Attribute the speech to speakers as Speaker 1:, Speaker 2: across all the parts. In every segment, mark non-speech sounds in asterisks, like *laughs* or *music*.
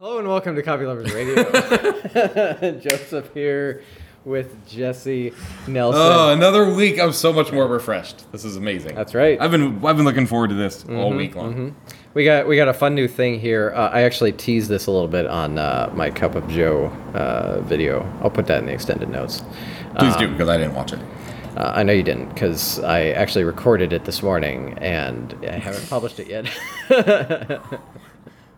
Speaker 1: Hello and welcome to Coffee Lovers
Speaker 2: *laughs*
Speaker 1: Radio. *laughs* Joseph here with Jesse Nelson.
Speaker 2: Oh, another week. I'm so much more refreshed. This is amazing.
Speaker 1: That's right. Mm-hmm,
Speaker 2: I've been I've been looking forward to this all week long.
Speaker 1: we got we got a fun new thing here. Uh, I actually teased this a little bit on uh, my Cup of Joe uh, video. I'll put that in the extended notes.
Speaker 2: Please
Speaker 1: Ah.
Speaker 2: do because I didn't watch it.
Speaker 1: Uh, I know you didn't because I actually recorded it this morning and I haven't published it yet.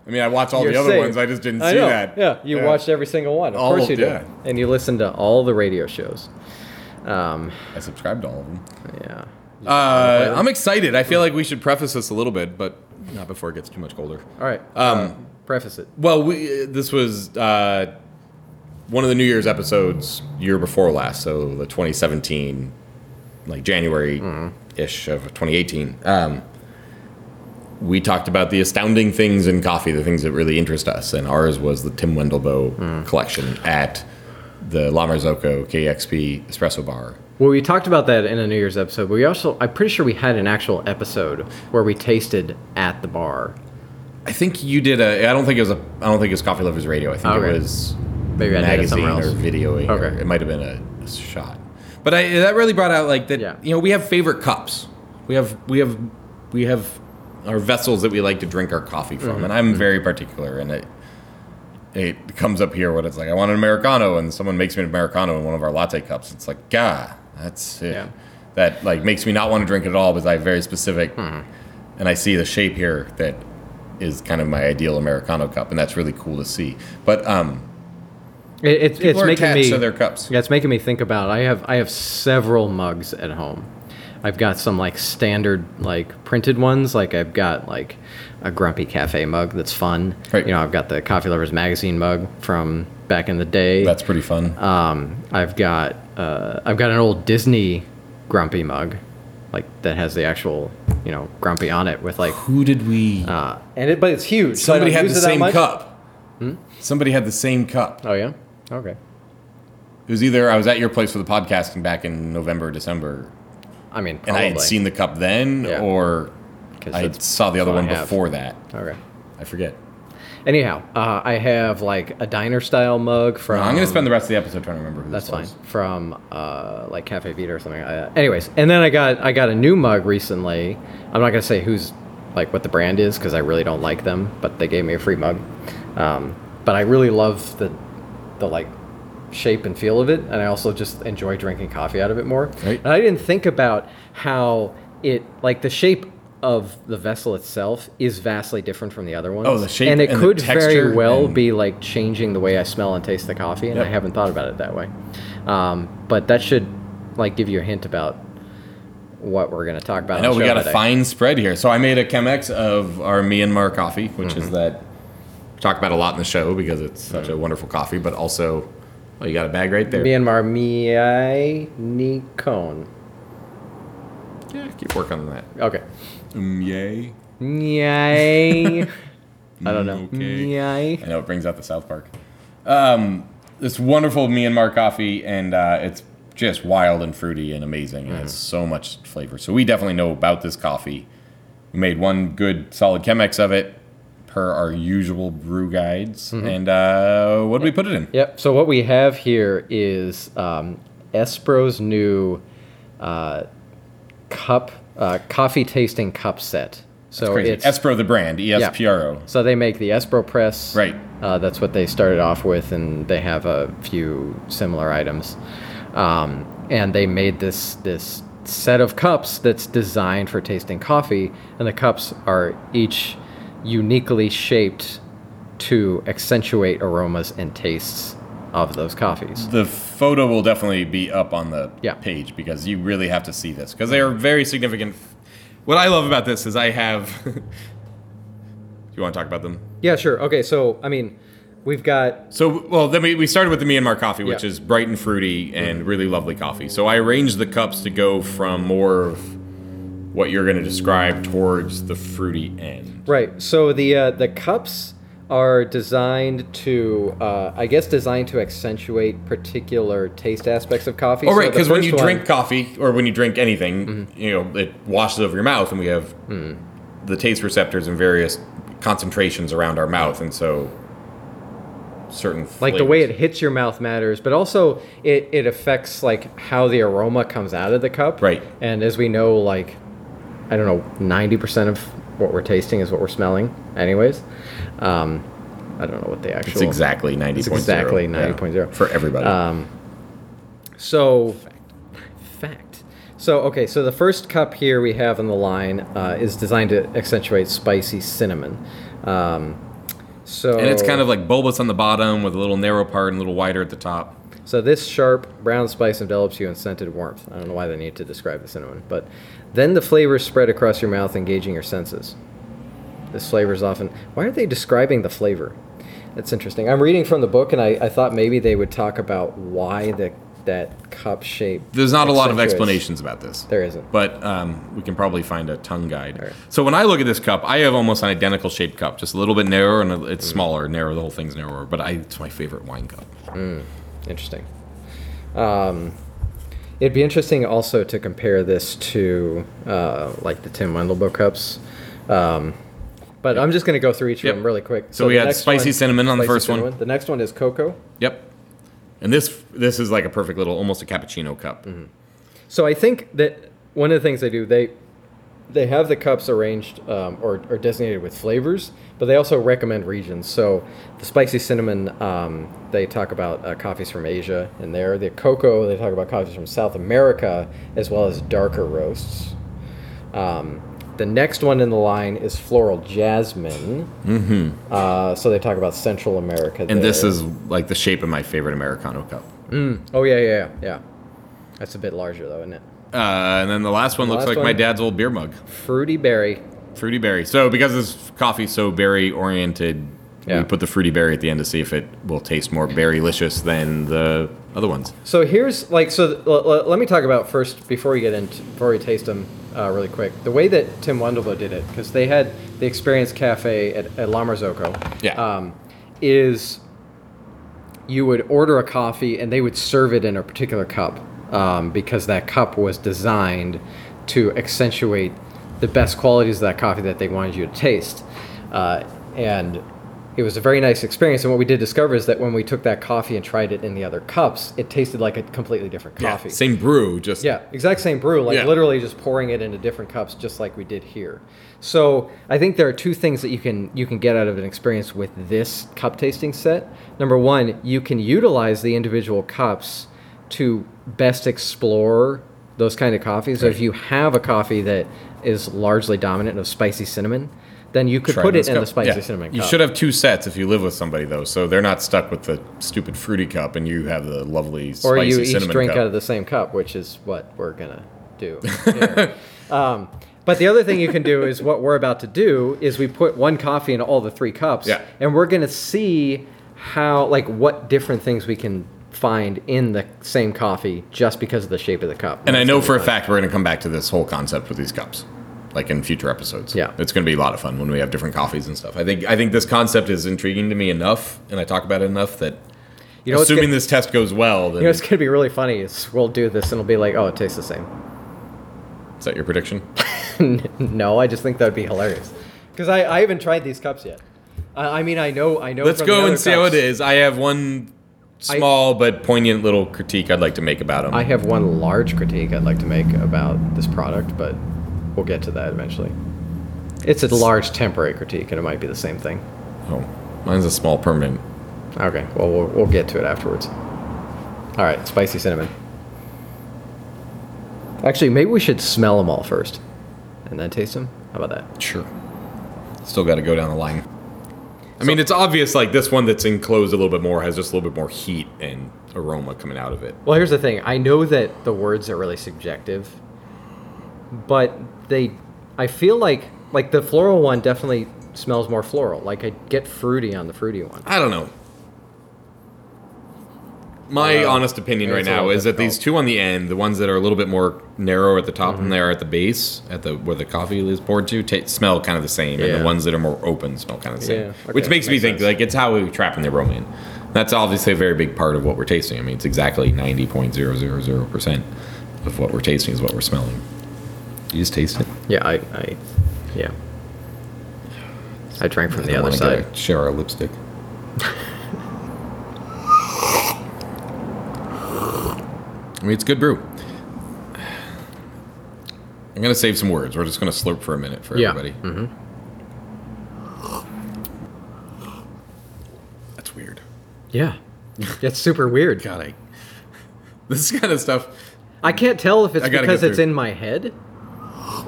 Speaker 2: I mean, I watched *laughs* all
Speaker 1: You're
Speaker 2: the other
Speaker 1: safe.
Speaker 2: ones. I just didn't
Speaker 1: I
Speaker 2: see
Speaker 1: know.
Speaker 2: that.
Speaker 1: Yeah, you watched every single one. Of
Speaker 2: All
Speaker 1: course
Speaker 2: of-
Speaker 1: you did.
Speaker 2: yeah.
Speaker 1: And you listened to all the radio shows. Um,
Speaker 2: I subscribed to all of them.
Speaker 1: yeah.
Speaker 2: Uh, I'm excited. I feel like we should preface this a little bit, but not before it gets too much colder.
Speaker 1: All right.
Speaker 2: Um,
Speaker 1: uh, preface it.
Speaker 2: Well, we, uh, this was uh, one of the New Year's episodes year before last, so the 2017, like January ish of 2018. Um, we talked about the astounding things in coffee, the things that really interest us, and ours was the Tim Wendelboe collection at the La Marzocco KXP Espresso Bar.
Speaker 1: Well, we talked about that in a New Year's episode, but we also, I'm pretty sure we had an actual episode where we tasted at the bar.
Speaker 2: I think you did a. I don't think it was a. I don't think it was Coffee Lovers Radio. I think
Speaker 1: Okay.
Speaker 2: it was
Speaker 1: Maybe I did it
Speaker 2: magazine
Speaker 1: somewhere else.
Speaker 2: or videoing. or
Speaker 1: Okay.
Speaker 2: it might have been a, a shot, but I, that really brought out like that.
Speaker 1: Yeah.
Speaker 2: You know, we have favorite cups. We have we have we have our vessels that we like to drink our coffee from,
Speaker 1: Mm-hmm.
Speaker 2: and I'm very particular. And it it comes up here when it's like I want an americano, and someone makes me an americano in one of our latte cups. It's like, gah, that's it.
Speaker 1: Yeah.
Speaker 2: That like makes me not want to drink it at all because I have very specific,
Speaker 1: Mm-hmm.
Speaker 2: and I see the shape here that is kind of my ideal americano cup, and that's really cool to see. But um,
Speaker 1: It, it's
Speaker 2: people
Speaker 1: it's
Speaker 2: are
Speaker 1: making
Speaker 2: attached
Speaker 1: me
Speaker 2: to their cups.
Speaker 1: Yeah, it's making me think about. I have I have several mugs at home. I've got some like standard like printed ones. Like I've got like a Grumpy Cafe mug that's fun.
Speaker 2: Right.
Speaker 1: You know, I've got the Coffee Lovers magazine mug from back in the day.
Speaker 2: That's pretty fun.
Speaker 1: Um, I've got uh, I've got an old Disney Grumpy mug, like that has the actual you know Grumpy on it with *sighs* like
Speaker 2: Who did we?
Speaker 1: uh, and it but it's huge. so I
Speaker 2: somebody
Speaker 1: don't
Speaker 2: had
Speaker 1: use
Speaker 2: the
Speaker 1: it that Hmm?
Speaker 2: same
Speaker 1: much.
Speaker 2: cup. Somebody had the same cup.
Speaker 1: Oh yeah. Okay.
Speaker 2: It was either I was at your place for the podcasting back in November, or December,
Speaker 1: I mean,
Speaker 2: and
Speaker 1: probably.
Speaker 2: I had seen the cup then,
Speaker 1: Yeah.
Speaker 2: or
Speaker 1: 'Cause
Speaker 2: I
Speaker 1: that's
Speaker 2: saw the other
Speaker 1: all I
Speaker 2: one
Speaker 1: have.
Speaker 2: before that.
Speaker 1: Okay.
Speaker 2: I forget.
Speaker 1: Anyhow, uh, I have like a diner style mug from.
Speaker 2: I'm gonna spend the rest of the episode trying to remember who
Speaker 1: Uh, That's
Speaker 2: this
Speaker 1: fine.
Speaker 2: was.
Speaker 1: From uh, like Cafe Vita or something. Uh, anyways, and then I got I got a new mug recently. I'm not gonna say who's like what the brand is because I really don't like them, but they gave me a free mug. Um, but I really love the the like shape and feel of it, and I also just enjoy drinking coffee out of it more.
Speaker 2: Right.
Speaker 1: And I didn't think about how it like the shape of the vessel itself is vastly different from the other ones.
Speaker 2: Oh, the shape
Speaker 1: and it
Speaker 2: and the
Speaker 1: could very
Speaker 2: texture
Speaker 1: well
Speaker 2: and-
Speaker 1: be be like changing the way I smell and taste the coffee, and
Speaker 2: Yep.
Speaker 1: I haven't thought about it that way. Um, but that should like give you a hint about what we're going to talk about.
Speaker 2: I
Speaker 1: on
Speaker 2: know
Speaker 1: the
Speaker 2: we
Speaker 1: show
Speaker 2: got a
Speaker 1: today.
Speaker 2: fine spread here. So I made a Chemex of our Myanmar coffee, which
Speaker 1: Mm-hmm.
Speaker 2: is that we talk about a lot in the show because it's such a wonderful coffee, but also, oh, you got a bag right there.
Speaker 1: Myanmar Miai Nikon.
Speaker 2: Yeah, keep working on that.
Speaker 1: Okay.
Speaker 2: Um, yay.
Speaker 1: Miai. I don't know.
Speaker 2: Okay.
Speaker 1: Miai.
Speaker 2: I know it brings out the South Park. Um, this wonderful Myanmar coffee, and uh, it's just wild and fruity and amazing, and it's so much flavor. So we definitely know about this coffee. We made one good solid Chemex of it, per our usual brew guides. And uh, what did we put it in?
Speaker 1: Yep. So what we have here is um, Espro's new uh, cup uh, coffee tasting cup set. So
Speaker 2: Crazy.
Speaker 1: it's
Speaker 2: Espro the brand, E S P R O.
Speaker 1: So they make the Espro press.
Speaker 2: Right.
Speaker 1: Uh, that's what they started off with, and they have a few similar items. Um, and they made this this set of cups that's designed for tasting coffee, and the cups are each uniquely shaped to accentuate aromas and tastes of those coffees.
Speaker 2: The photo will definitely be up on the
Speaker 1: Yeah.
Speaker 2: page because you really have to see this because they are very significant. What I love about this is I have. *laughs* Do you want to talk about them?
Speaker 1: Yeah, sure. Okay, so I mean, we've got
Speaker 2: So, well, then we, we started with the Myanmar coffee, which
Speaker 1: Yeah. Mm-hmm.
Speaker 2: is bright and fruity and really lovely coffee. So I arranged the cups to go from more of what you're going to describe towards the fruity end.
Speaker 1: Right. So the uh, the cups are designed to, uh, I guess, designed to accentuate particular taste aspects of coffee.
Speaker 2: Oh,
Speaker 1: So
Speaker 2: right,
Speaker 1: the
Speaker 2: because when
Speaker 1: first
Speaker 2: you
Speaker 1: one-
Speaker 2: drink coffee or when you drink anything, you know, it washes over your mouth, and we have the taste receptors in various concentrations around our mouth, and so certain
Speaker 1: like the way it
Speaker 2: flavors.
Speaker 1: hits your mouth matters but also it, it affects like how the aroma comes out of the cup
Speaker 2: Right.
Speaker 1: and as we know like i don't know 90% of what we're tasting is what we're smelling anyways um, i don't know what the actual
Speaker 2: It's exactly ninety point zero.
Speaker 1: exactly 90.0.
Speaker 2: for everybody.
Speaker 1: Uh, So, fact. So, okay, so the first cup here we have on the line uh, is designed to accentuate spicy cinnamon. Um, so,
Speaker 2: and it's
Speaker 1: oh.
Speaker 2: kind of like bulbous on the bottom with a little narrow part and a little wider at the top.
Speaker 1: so this sharp brown spice envelops you in scented warmth. I don't know why they need to describe the cinnamon, but then the flavors spread across your mouth, engaging your senses. This flavor is often. Why are they describing the flavor? That's interesting. I'm reading from the book, and I, I thought maybe they would talk about why the that cup shape.
Speaker 2: There's not a lot of
Speaker 1: accentuates-
Speaker 2: explanations about this.
Speaker 1: There isn't.
Speaker 2: But um, we can probably find a tongue guide.
Speaker 1: All right.
Speaker 2: So when I look at this cup, I have almost an identical shaped cup, just a little bit narrower and a- it's
Speaker 1: Mm.
Speaker 2: smaller. Narrow, the whole thing's narrower. But I, it's my favorite wine cup.
Speaker 1: Interesting. Um, it'd be interesting also to compare this to uh, like the Tim Wendelbo cups. Um, but I'm just going to go through each
Speaker 2: Yep.
Speaker 1: of them really quick.
Speaker 2: So we
Speaker 1: the
Speaker 2: had
Speaker 1: next
Speaker 2: spicy cinnamon on the
Speaker 1: spicy
Speaker 2: first one.
Speaker 1: The next one is cocoa.
Speaker 2: Yep. And this this is like a perfect little, almost a cappuccino cup.
Speaker 1: Mm-hmm. So I think that one of the things they do they they have the cups arranged um, or, or designated with flavors, but they also recommend regions. So the spicy cinnamon, um, they talk about uh, coffees from Asia in there. The cocoa, they talk about coffees from South America as well as darker roasts. Um, the next one in the line is floral jasmine. Mm-hmm. Uh, so they talk about Central America.
Speaker 2: And this is like the shape of my favorite Americano cup.
Speaker 1: oh yeah yeah yeah yeah. That's a bit larger though, isn't it?
Speaker 2: Uh, and then the last one looks
Speaker 1: last
Speaker 2: like my
Speaker 1: one-
Speaker 2: dad's old beer mug,
Speaker 1: Fruity berry.
Speaker 2: fruity berry. So because this coffee's so berry oriented,
Speaker 1: Yeah.
Speaker 2: we put the fruity berry at the end to see if it will taste more berry-licious than the other ones.
Speaker 1: So here's like so. th- L- l- let me talk about first before we get into before we taste them uh, really quick. The way that Tim Wendelbo did it because they had the Experience Cafe at, at La Marzocco.
Speaker 2: Yeah.
Speaker 1: Um, is you would order a coffee and they would serve it in a particular cup um, because that cup was designed to accentuate the best qualities of that coffee that they wanted you to taste. Uh, and it was a very nice experience. And what we did discover is that when we took that coffee and tried it in the other cups, it tasted like a completely different
Speaker 2: Yeah,
Speaker 1: coffee.
Speaker 2: same brew, just
Speaker 1: Yeah, exact same brew, like
Speaker 2: Yeah.
Speaker 1: literally just pouring it into different cups, just like we did here. So I think there are two things that you can you can get out of an experience with this cup tasting set. Number one, you can utilize the individual cups to best explore those kind of coffees. So if you have a coffee that is largely dominant of spicy cinnamon, then you could
Speaker 2: try
Speaker 1: put it
Speaker 2: this
Speaker 1: in
Speaker 2: cup.
Speaker 1: the spicy
Speaker 2: Yeah.
Speaker 1: cinnamon
Speaker 2: You
Speaker 1: cup.
Speaker 2: should have two sets if you live with somebody though, so they're not stuck with the stupid fruity cup and you have the lovely
Speaker 1: or
Speaker 2: spicy
Speaker 1: you each
Speaker 2: cinnamon
Speaker 1: drink
Speaker 2: cup.
Speaker 1: out of the same cup, which is what we're gonna do.
Speaker 2: *laughs*
Speaker 1: here. um, but the other thing you can do is what we're about to do is we put one coffee in all the three cups,
Speaker 2: Yeah.
Speaker 1: and we're gonna see how like what different things we can find in the same coffee just because of the shape of the cup.
Speaker 2: and I know for a fact we're going to come back to this whole concept with these cups, like in future episodes.
Speaker 1: Yeah.
Speaker 2: it's going to be a lot of fun when we have different coffees and stuff. I think I think this concept is intriguing to me enough, and I talk about it enough that
Speaker 1: you know, what's
Speaker 2: assuming
Speaker 1: gonna-
Speaker 2: this test goes well, then
Speaker 1: you know what's gonna be really funny is we'll do this and it'll be like, oh, it tastes the same. *laughs*
Speaker 2: is that your prediction?
Speaker 1: no, I just think that would be hilarious because I, I haven't tried these cups yet. I, I mean, I know, I know.
Speaker 2: Let's
Speaker 1: from the
Speaker 2: go
Speaker 1: other
Speaker 2: and see how it
Speaker 1: cups-
Speaker 2: is. I have one small but poignant little critique I'd like to make about them.
Speaker 1: I have one large critique I'd like to make about this product, but we'll get to that eventually. It's a large temporary critique, and it might be the same thing.
Speaker 2: oh, mine's a small permanent.
Speaker 1: Okay, well, we'll, we'll get to it afterwards. All right, spicy cinnamon. Actually, maybe we should smell them all first and then taste them. How about that?
Speaker 2: Sure. Still got to go down the line. I mean, it's obvious like this one that's enclosed a little bit more has just a little bit more heat and aroma coming out of it.
Speaker 1: Well, here's the thing I know that the words are really subjective, but they, I feel like, like the floral one definitely smells more floral. Like I get fruity on the fruity one.
Speaker 2: I don't know. My
Speaker 1: Uh,
Speaker 2: honest opinion
Speaker 1: yeah,
Speaker 2: right
Speaker 1: it's a little
Speaker 2: now is that these
Speaker 1: difficult.
Speaker 2: two on the end, the ones that are a little bit more narrow at the top
Speaker 1: Mm-hmm.
Speaker 2: than they are at the base, at the where the coffee is poured to, ta smell kind of the same, and
Speaker 1: Yeah.
Speaker 2: the ones that are more open smell kind of the same,
Speaker 1: Yeah,
Speaker 2: which
Speaker 1: okay,
Speaker 2: makes, me
Speaker 1: makes
Speaker 2: think
Speaker 1: sense.
Speaker 2: like it's how we trap in the aroma. In. That's obviously a very big part of what we're tasting. I mean, it's exactly ninety point zero zero zero percent of what we're tasting is what we're smelling. You just taste it.
Speaker 1: Yeah, I, I yeah. I drank from
Speaker 2: I
Speaker 1: the
Speaker 2: don't
Speaker 1: other
Speaker 2: wanna
Speaker 1: side.
Speaker 2: get a- share our lipstick. I mean, it's good brew. I'm gonna save some words. We're just gonna slurp for a minute for
Speaker 1: Yeah. Mm-hmm.
Speaker 2: everybody. That's weird.
Speaker 1: Yeah. It's super weird.
Speaker 2: God, I. *laughs* This kind of stuff.
Speaker 1: I can't tell if it's
Speaker 2: I gotta
Speaker 1: because
Speaker 2: get
Speaker 1: it's
Speaker 2: through.
Speaker 1: in my head.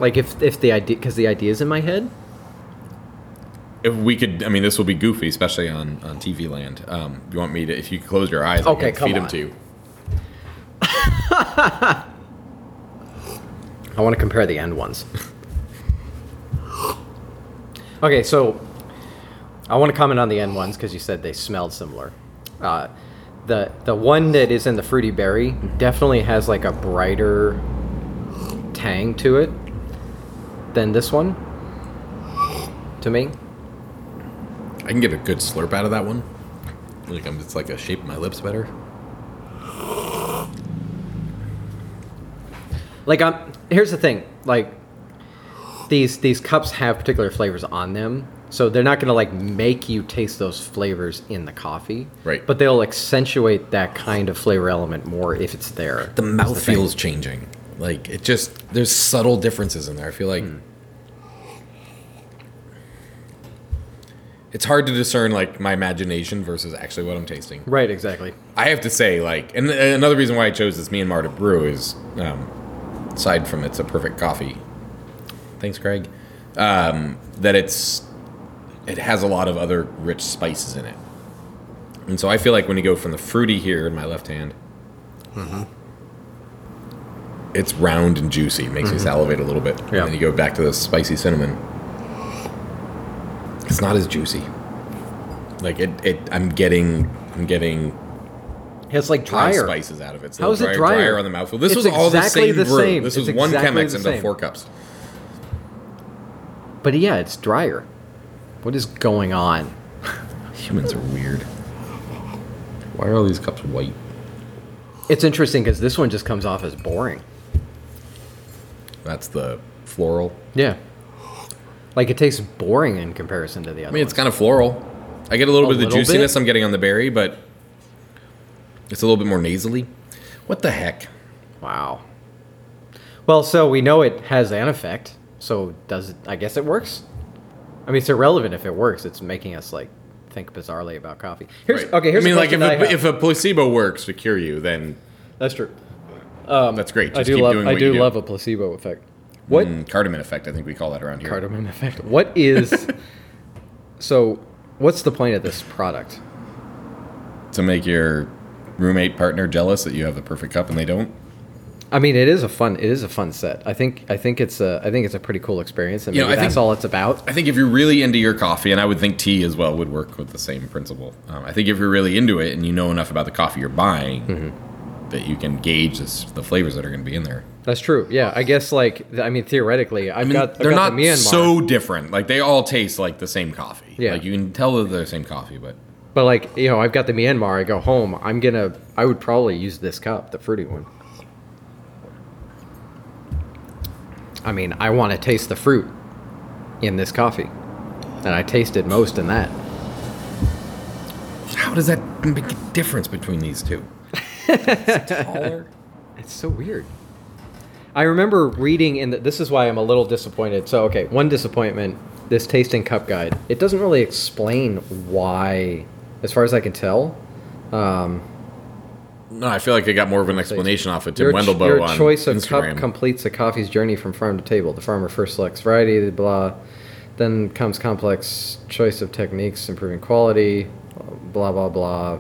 Speaker 1: Like if if the idea because the idea is in my head.
Speaker 2: If we could, I mean, this will be goofy, especially on on TV land. Um, you want me to? If you close your eyes, I
Speaker 1: Okay,
Speaker 2: can
Speaker 1: come
Speaker 2: feed them
Speaker 1: on.
Speaker 2: to you.
Speaker 1: I want to compare the end ones. okay, so I want to comment on the end ones because you said they smelled similar. Uh, the the one that is in the fruity berry definitely has like a brighter tang to it than this one. To me,
Speaker 2: I can get a good slurp out of that one. Like I'm, it's like a shape of my lips better.
Speaker 1: like I'm. Here's the thing, like these these cups have particular flavors on them so they're not going to like make you taste those flavors in the coffee
Speaker 2: Right.
Speaker 1: but they'll accentuate that kind of flavor element more if it's there
Speaker 2: The mouth feels changing. Like it just there's subtle differences in there. I feel like it's hard to discern like my imagination versus actually what I'm tasting.
Speaker 1: right exactly
Speaker 2: I have to say, like, and and another reason why I chose this Me and Marta brew is, um, aside from it's a perfect coffee. Thanks, Greg. Um, that it's it has a lot of other rich spices in it, and so I feel like when you go from the fruity here in my left hand, it's round and juicy, makes you salivate a little bit.
Speaker 1: Yeah.
Speaker 2: And then you go back to the spicy cinnamon. It's not as juicy. Like it, it I'm getting, I'm getting
Speaker 1: it's like
Speaker 2: pie
Speaker 1: drier
Speaker 2: spices out of it. It's a
Speaker 1: How
Speaker 2: little
Speaker 1: is it
Speaker 2: drier,
Speaker 1: drier?
Speaker 2: drier on the mouthful. This
Speaker 1: It's
Speaker 2: was all
Speaker 1: exactly the
Speaker 2: the same brew.
Speaker 1: same.
Speaker 2: This
Speaker 1: It's
Speaker 2: was one
Speaker 1: exactly
Speaker 2: Chemex
Speaker 1: the
Speaker 2: into
Speaker 1: same.
Speaker 2: four cups.
Speaker 1: but yeah it's drier what is going on
Speaker 2: Humans are weird. Why are all these cups white?
Speaker 1: it's interesting because this one just comes off as boring
Speaker 2: That's the floral.
Speaker 1: yeah like it tastes boring in comparison to the other
Speaker 2: I mean, it's kind of floral. I get a little
Speaker 1: A
Speaker 2: bit of the
Speaker 1: little bit?
Speaker 2: juiciness I'm getting on the berry, but it's a little bit more nasally. What the heck?
Speaker 1: wow well so we know it has an effect so does it i guess it works I mean, it's irrelevant if it works. It's making us like think bizarrely about coffee. Here's
Speaker 2: Right.
Speaker 1: okay. Here's
Speaker 2: I mean,
Speaker 1: a
Speaker 2: like if
Speaker 1: question that I
Speaker 2: a,
Speaker 1: have.
Speaker 2: if a placebo works to cure you, then um,
Speaker 1: that's true.
Speaker 2: that's great. Just
Speaker 1: I do
Speaker 2: keep
Speaker 1: love
Speaker 2: doing
Speaker 1: I
Speaker 2: what
Speaker 1: do
Speaker 2: you
Speaker 1: love a placebo effect. What
Speaker 2: Mm, cardamom effect? I think we call that around here.
Speaker 1: cardamom effect? What is *laughs* so? What's the point of this product?
Speaker 2: to make your roommate partner jealous that you have the perfect cup and they don't.
Speaker 1: I mean, it is a fun it is a fun set. I think I think it's a I think it's a pretty cool experience, and
Speaker 2: You
Speaker 1: maybe
Speaker 2: know, I
Speaker 1: that's
Speaker 2: think-
Speaker 1: all it's about.
Speaker 2: I think if you're really into your coffee, and I would think tea as well would work with the same principle. Um, I think if you're really into it and you know enough about the coffee you're buying,
Speaker 1: Mm-hmm.
Speaker 2: that you can gauge this, the flavors that are going to be in there.
Speaker 1: That's true. Yeah, I guess like th- I mean theoretically, I've
Speaker 2: I mean,
Speaker 1: got I've
Speaker 2: they're
Speaker 1: got
Speaker 2: not
Speaker 1: the Myanmar,
Speaker 2: so different. Like they all taste like the same coffee.
Speaker 1: Yeah.
Speaker 2: like you can tell that they're the same coffee, but
Speaker 1: but like you know, I've got the Myanmar. I go home. I'm gonna I would probably use this cup, the fruity one. I mean, I want to taste the fruit in this coffee, and I tasted most in that.
Speaker 2: how does that make a difference between
Speaker 1: *laughs*
Speaker 2: these two? taller.
Speaker 1: It's so weird. I remember reading in the, this is why I'm a little disappointed. So okay, one disappointment, this tasting cup guide. It doesn't really explain why as far as I can tell. Um,
Speaker 2: No, I feel like I got more of an explanation off of Tim
Speaker 1: your, ch-
Speaker 2: Wendelboe
Speaker 1: your
Speaker 2: on
Speaker 1: choice of
Speaker 2: Instagram.
Speaker 1: cup completes a coffee's journey from farm to table. The farmer first selects variety, blah. Then comes complex choice of techniques, improving quality, blah, blah, blah.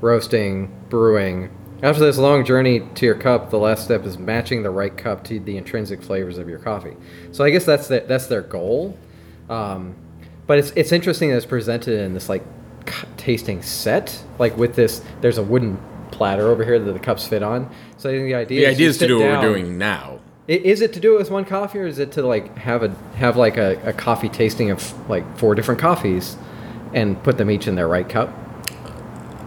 Speaker 1: Roasting, brewing. After this long journey to your cup, the last step is matching the right cup to the intrinsic flavors of your coffee. So I guess that's the, that's their goal. Um, but it's, it's interesting that it's presented in this like c- tasting set, like with this. There's a wooden platter over here that the cups fit on. So I think the idea
Speaker 2: the
Speaker 1: is you
Speaker 2: idea is to
Speaker 1: sit
Speaker 2: do what
Speaker 1: down.
Speaker 2: we're doing now.
Speaker 1: I- Is it to do it with one coffee, or is it to like have a have like a, a coffee tasting of like four different coffees, and put them each in their right cup?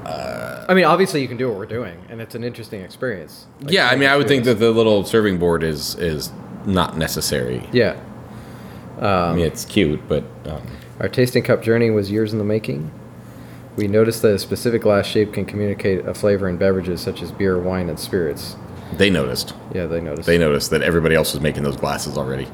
Speaker 2: Uh,
Speaker 1: I mean, obviously you can do what we're doing, and it's an interesting experience. Like,
Speaker 2: yeah, I mean, I would
Speaker 1: do
Speaker 2: think
Speaker 1: this.
Speaker 2: that the little serving board is is not necessary.
Speaker 1: Yeah,
Speaker 2: I mean, it's cute, but um,
Speaker 1: our tasting cup journey was years in the making. We noticed that a specific glass shape can communicate a flavor in beverages such as beer, wine, and spirits.
Speaker 2: They noticed.
Speaker 1: Yeah, they noticed.
Speaker 2: They
Speaker 1: They,
Speaker 2: noticed that everybody else was making those glasses already.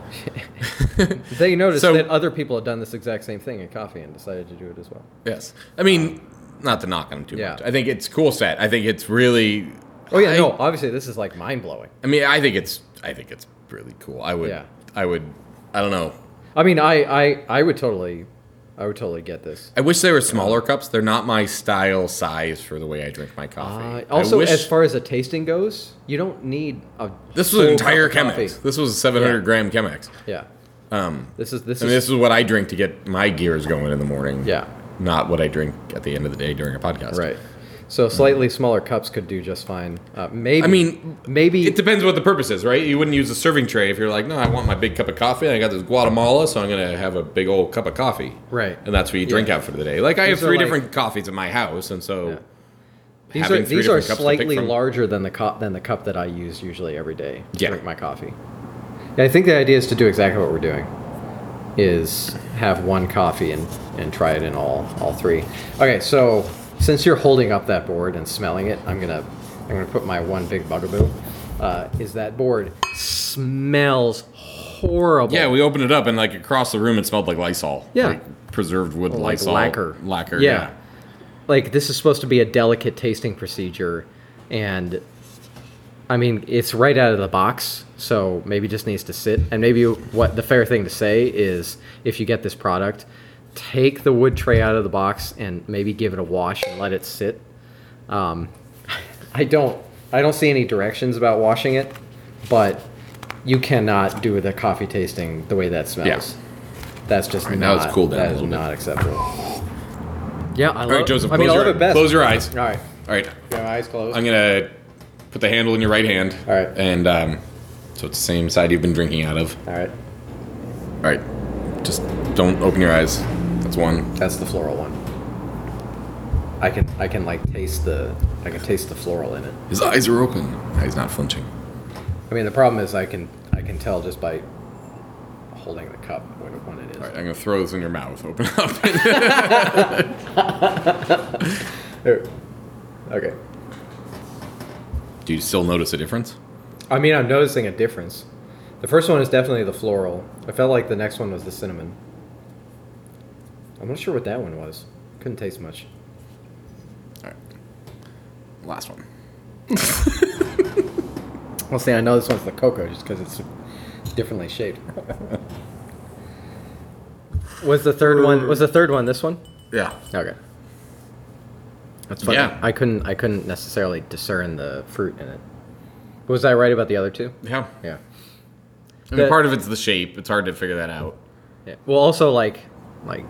Speaker 1: noticed
Speaker 2: So-
Speaker 1: that other people had done this exact same thing in coffee and decided to do it as well.
Speaker 2: Yes. I mean, not to knock on them too
Speaker 1: Yeah.
Speaker 2: much. I think it's cool set. I think it's really.
Speaker 1: Oh yeah,
Speaker 2: I,
Speaker 1: no, obviously this is like mind blowing.
Speaker 2: I mean, I think it's. I think it's really cool. I would.
Speaker 1: Yeah.
Speaker 2: I would. I don't know.
Speaker 1: I mean, I, I I would totally, I would totally get this.
Speaker 2: I wish they were smaller cups. They're not my style size for the way I drink my coffee.
Speaker 1: Uh, also,
Speaker 2: I wish-
Speaker 1: as far as the tasting goes, you don't need a.
Speaker 2: this was an
Speaker 1: full cup
Speaker 2: entire
Speaker 1: of coffee.
Speaker 2: Chemex. This was a 700
Speaker 1: Yeah.
Speaker 2: gram Chemex.
Speaker 1: Yeah.
Speaker 2: Um,
Speaker 1: This is this
Speaker 2: I mean,
Speaker 1: is
Speaker 2: this is what I drink to get my gears going in the morning.
Speaker 1: yeah
Speaker 2: Not what I drink at the end of the day during a podcast.
Speaker 1: right. So slightly smaller cups could do just fine. Uh, maybe
Speaker 2: I mean,
Speaker 1: maybe
Speaker 2: It depends what the purpose is, right? You wouldn't use a serving tray if you're like, no, I want my big cup of coffee. I got this Guatemala, so I'm gonna have a big old cup of coffee.
Speaker 1: Right.
Speaker 2: And that's what you drink
Speaker 1: Yeah.
Speaker 2: out for the day. Like I have
Speaker 1: These are
Speaker 2: three
Speaker 1: like-
Speaker 2: different coffees in my house, and so
Speaker 1: Yeah. these are
Speaker 2: having three
Speaker 1: these are
Speaker 2: different cups to pick
Speaker 1: slightly
Speaker 2: from-
Speaker 1: larger than the cup than the cup that I use usually every day to
Speaker 2: Yeah.
Speaker 1: drink my coffee. Yeah, I think the idea is to do exactly what we're doing. Is have one coffee and, and try it in all all three. Okay, so since you're holding up that board and smelling it, I'm gonna I'm gonna put my one big bugaboo. Uh, is that board smells horrible?
Speaker 2: yeah, we opened it up and like across the room, it smelled like Lysol.
Speaker 1: Yeah. Oh,
Speaker 2: Like preserved wood
Speaker 1: Like
Speaker 2: Lysol
Speaker 1: lacquer.
Speaker 2: Lacquer.
Speaker 1: yeah. Like this is supposed to be a delicate tasting procedure and I mean it's right out of the box, so maybe just needs to sit. And maybe what the fair thing to say is if you get this product, take the wood tray out of the box and maybe give it a wash and let it sit. Um, *laughs* I don't I don't see any directions about washing it, but you cannot do the coffee tasting the way that smells. That's just
Speaker 2: now
Speaker 1: not,
Speaker 2: it's cooled down a
Speaker 1: that is
Speaker 2: little bit.
Speaker 1: not acceptable. Yeah, I love.
Speaker 2: All right, Joseph.
Speaker 1: I mean,
Speaker 2: close
Speaker 1: I
Speaker 2: your
Speaker 1: love it best.
Speaker 2: Close your eyes.
Speaker 1: All right,
Speaker 2: All right.
Speaker 1: got my eyes closed.
Speaker 2: I'm gonna put the handle in your right hand.
Speaker 1: All right.
Speaker 2: And um, so it's the same side you've been drinking out of.
Speaker 1: All right,
Speaker 2: All right. Just don't open your eyes. That's one.
Speaker 1: that's the floral one. I can I can like taste the I can taste the floral in it.
Speaker 2: His eyes are open. He's not flinching.
Speaker 1: I mean, the problem is I can I can tell just by holding the cup when, when it is.
Speaker 2: All right, I'm gonna throw this in your mouth. Open up. *laughs*
Speaker 1: There. Okay.
Speaker 2: Do you still notice a difference?
Speaker 1: I mean, I'm noticing a difference. The first one is definitely the floral. I felt like the next one was the cinnamon. I'm not sure what that one was. Couldn't taste much.
Speaker 2: All right. Last one.
Speaker 1: Well, see, I know this one's the cocoa just because it's differently shaped. *laughs* was the third one? Was the third one this one?
Speaker 2: Yeah.
Speaker 1: Okay. That's funny.
Speaker 2: Yeah.
Speaker 1: I couldn't. I couldn't necessarily discern the fruit in it. Was I right about the other two?
Speaker 2: Yeah.
Speaker 1: Yeah.
Speaker 2: I mean,
Speaker 1: That-
Speaker 2: part of it's the shape. It's hard to figure that out.
Speaker 1: Yeah. Well, also like, like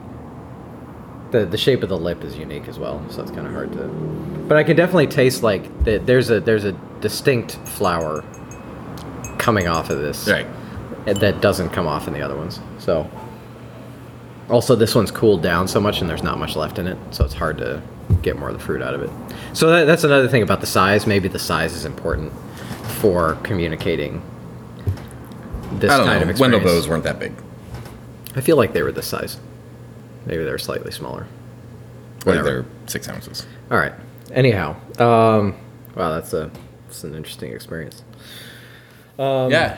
Speaker 1: the the shape of the lip is unique as well, so it's kind of hard to. But I can definitely taste like that. There's a there's a distinct flower coming off of this.
Speaker 2: Right.
Speaker 1: and that doesn't come off in the other ones. So, also this one's cooled down so much, and there's not much left in it, so it's hard to get more of the fruit out of it. So that, that's another thing about the size. Maybe the size is important for communicating this
Speaker 2: I don't
Speaker 1: kind of
Speaker 2: know.
Speaker 1: experience.
Speaker 2: Wendell bows weren't that big.
Speaker 1: I feel like they were this size. Maybe they were slightly smaller.
Speaker 2: Like
Speaker 1: Whatever.
Speaker 2: they're six ounces.
Speaker 1: All right. Anyhow, um, wow, that's a that's an interesting experience. Um,
Speaker 2: yeah.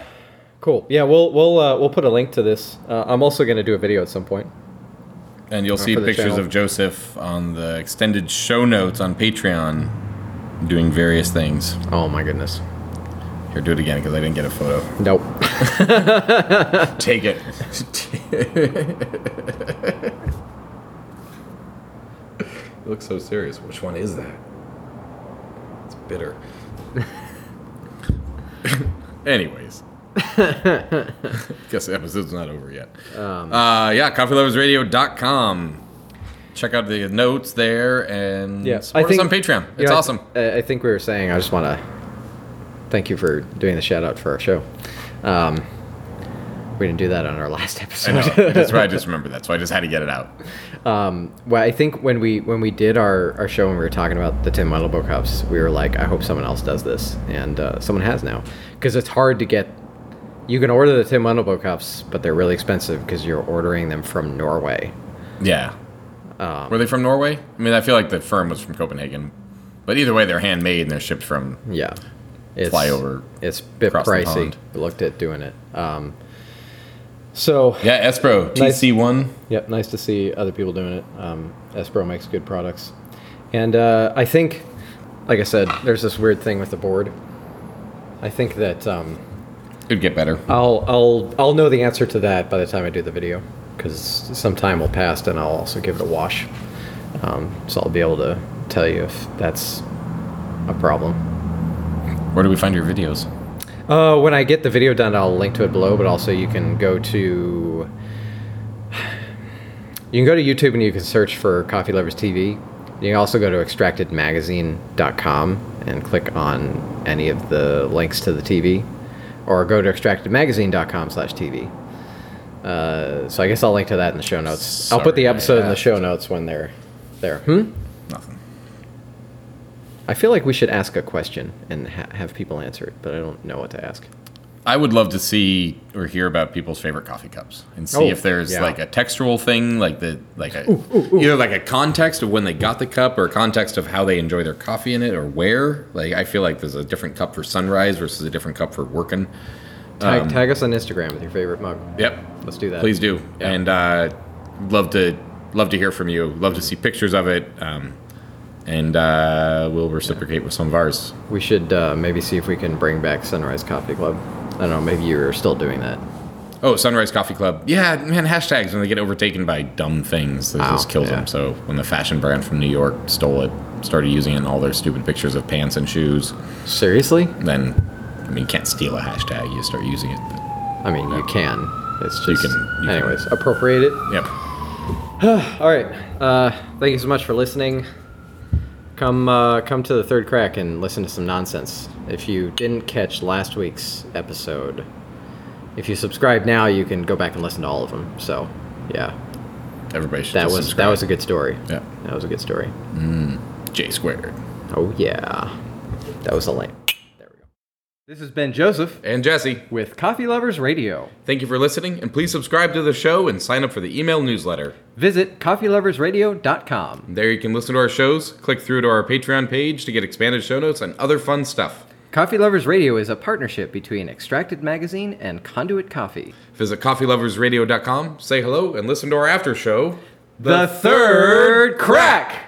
Speaker 1: Cool. Yeah, we'll we'll uh, we'll put a link to this. Uh, I'm also going to do a video at some point.
Speaker 2: And you'll see
Speaker 1: Uh, for the
Speaker 2: pictures
Speaker 1: channel.
Speaker 2: of Joseph on the extended show notes on Patreon doing various things.
Speaker 1: Oh my goodness.
Speaker 2: Here, do it again because I didn't get a photo.
Speaker 1: *laughs* Nope.
Speaker 2: Take it. *laughs* you look so serious. Which one is that? It's bitter. *laughs* *laughs* Anyways. Guess the episode's not over yet. uh, yeah, coffeeloversradio.com. Check out the notes there and
Speaker 1: Yeah,
Speaker 2: support us on Patreon. It's
Speaker 1: you know, I-
Speaker 2: *laughs* awesome.
Speaker 1: I, I think we were saying. I just want to thank you for doing the shout out for our show. Um, we didn't do that on our last
Speaker 2: I
Speaker 1: episode. *laughs*
Speaker 2: know. That's why I just remembered that. So I just had to get it out.
Speaker 1: Um, well, I think when we when we did our, our show and we were talking about the Tim Wendelbo cups, we were like, I hope someone else does this, and uh, someone has now, because it's hard to get. You can order the Tim Wendelbo cups, but they're really expensive because you're ordering them from Norway.
Speaker 2: Yeah.
Speaker 1: Um,
Speaker 2: Were they from Norway? I mean, I feel like the firm was from Copenhagen, but either way, they're handmade and they're shipped from
Speaker 1: Yeah, It's,
Speaker 2: fly over.
Speaker 1: It's a bit
Speaker 2: across the
Speaker 1: pricey.
Speaker 2: pond.
Speaker 1: We looked at doing it. Um, so
Speaker 2: Yeah, Espro
Speaker 1: Nice.
Speaker 2: TC1.
Speaker 1: Yep, nice to see other people doing it. Um, Espro makes good products. And uh, I think, like I said, there's this weird thing with the board. I think that um,
Speaker 2: It'd get better.
Speaker 1: I'll, I'll, I'll know the answer to that by the time I do the video, because some time will pass and I'll also give it a wash. Um, so I'll be able to tell you if that's a problem.
Speaker 2: Where do we find your videos?
Speaker 1: Uh, when I get the video done, I'll link to it below. But also, you can go to you can go to YouTube and you can search for Coffee Lovers TV. You can also go to extractedmagazine.com and click on any of the links to the TV, or go to extractedmagazine.com/tv. Uh, so I guess I'll link to that in the show notes. I'll put the
Speaker 2: Sorry, I
Speaker 1: episode in the
Speaker 2: asked.
Speaker 1: show notes when they're there. Hmm.
Speaker 2: Nothing.
Speaker 1: I feel like we should ask a question and ha- have people answer it, but I don't know what to ask.
Speaker 2: I would love to see or hear about people's favorite coffee cups and see
Speaker 1: Oh,
Speaker 2: if there's
Speaker 1: yeah.
Speaker 2: like a textual thing, like the like a either like a context of when they got the cup or a context of how they enjoy their coffee in it or where. Like I feel like there's a different cup for sunrise versus a different cup for working.
Speaker 1: Tag, tag us on Instagram with your favorite mug.
Speaker 2: Yep.
Speaker 1: Let's do that.
Speaker 2: Um, Please do.
Speaker 1: Yeah.
Speaker 2: And uh, love to love to hear from you. Love to see pictures of it. Um, and uh, we'll reciprocate with some of ours.
Speaker 1: We should uh, maybe see if we can bring back Sunrise Coffee Club. I don't know. Maybe you're still doing that.
Speaker 2: Oh, Sunrise Coffee Club. Yeah, man, hashtags when they get overtaken by dumb things, they just
Speaker 1: Wow,
Speaker 2: kill
Speaker 1: yeah.
Speaker 2: them. So when the fashion brand from New York stole it, started using it in all their stupid pictures of pants and shoes,
Speaker 1: Seriously?
Speaker 2: then I mean, you can't steal a hashtag. You start using it.
Speaker 1: I mean, you can. It's just.
Speaker 2: can- you can.
Speaker 1: anyways, appropriate it. *sighs*
Speaker 2: Yep.
Speaker 1: All right. Uh, thank you so much for listening. Come, uh, come to the third crack and listen to some nonsense. If you didn't catch last week's episode, if you subscribe now, you can go back and listen to all of them. So, yeah,
Speaker 2: Everybody should.
Speaker 1: that
Speaker 2: just
Speaker 1: was
Speaker 2: subscribe.
Speaker 1: that was a good story.
Speaker 2: Yep.
Speaker 1: That was a good story.
Speaker 2: J squared.
Speaker 1: Oh yeah, that was a lame. There we go. This has been Joseph
Speaker 2: And Jesse,
Speaker 1: with Coffee Lovers Radio.
Speaker 2: thank you for listening, and please subscribe to the show and sign up for the email newsletter.
Speaker 1: Visit coffeeloversradio.com.
Speaker 2: There you can listen to our shows, click through to our Patreon page to get expanded show notes and other fun stuff.
Speaker 1: Coffee Lovers Radio is a partnership between Extracted Magazine and Conduit Coffee.
Speaker 2: Visit coffeeloversradio.com, say hello, and listen to our after show,
Speaker 1: The Third Crack!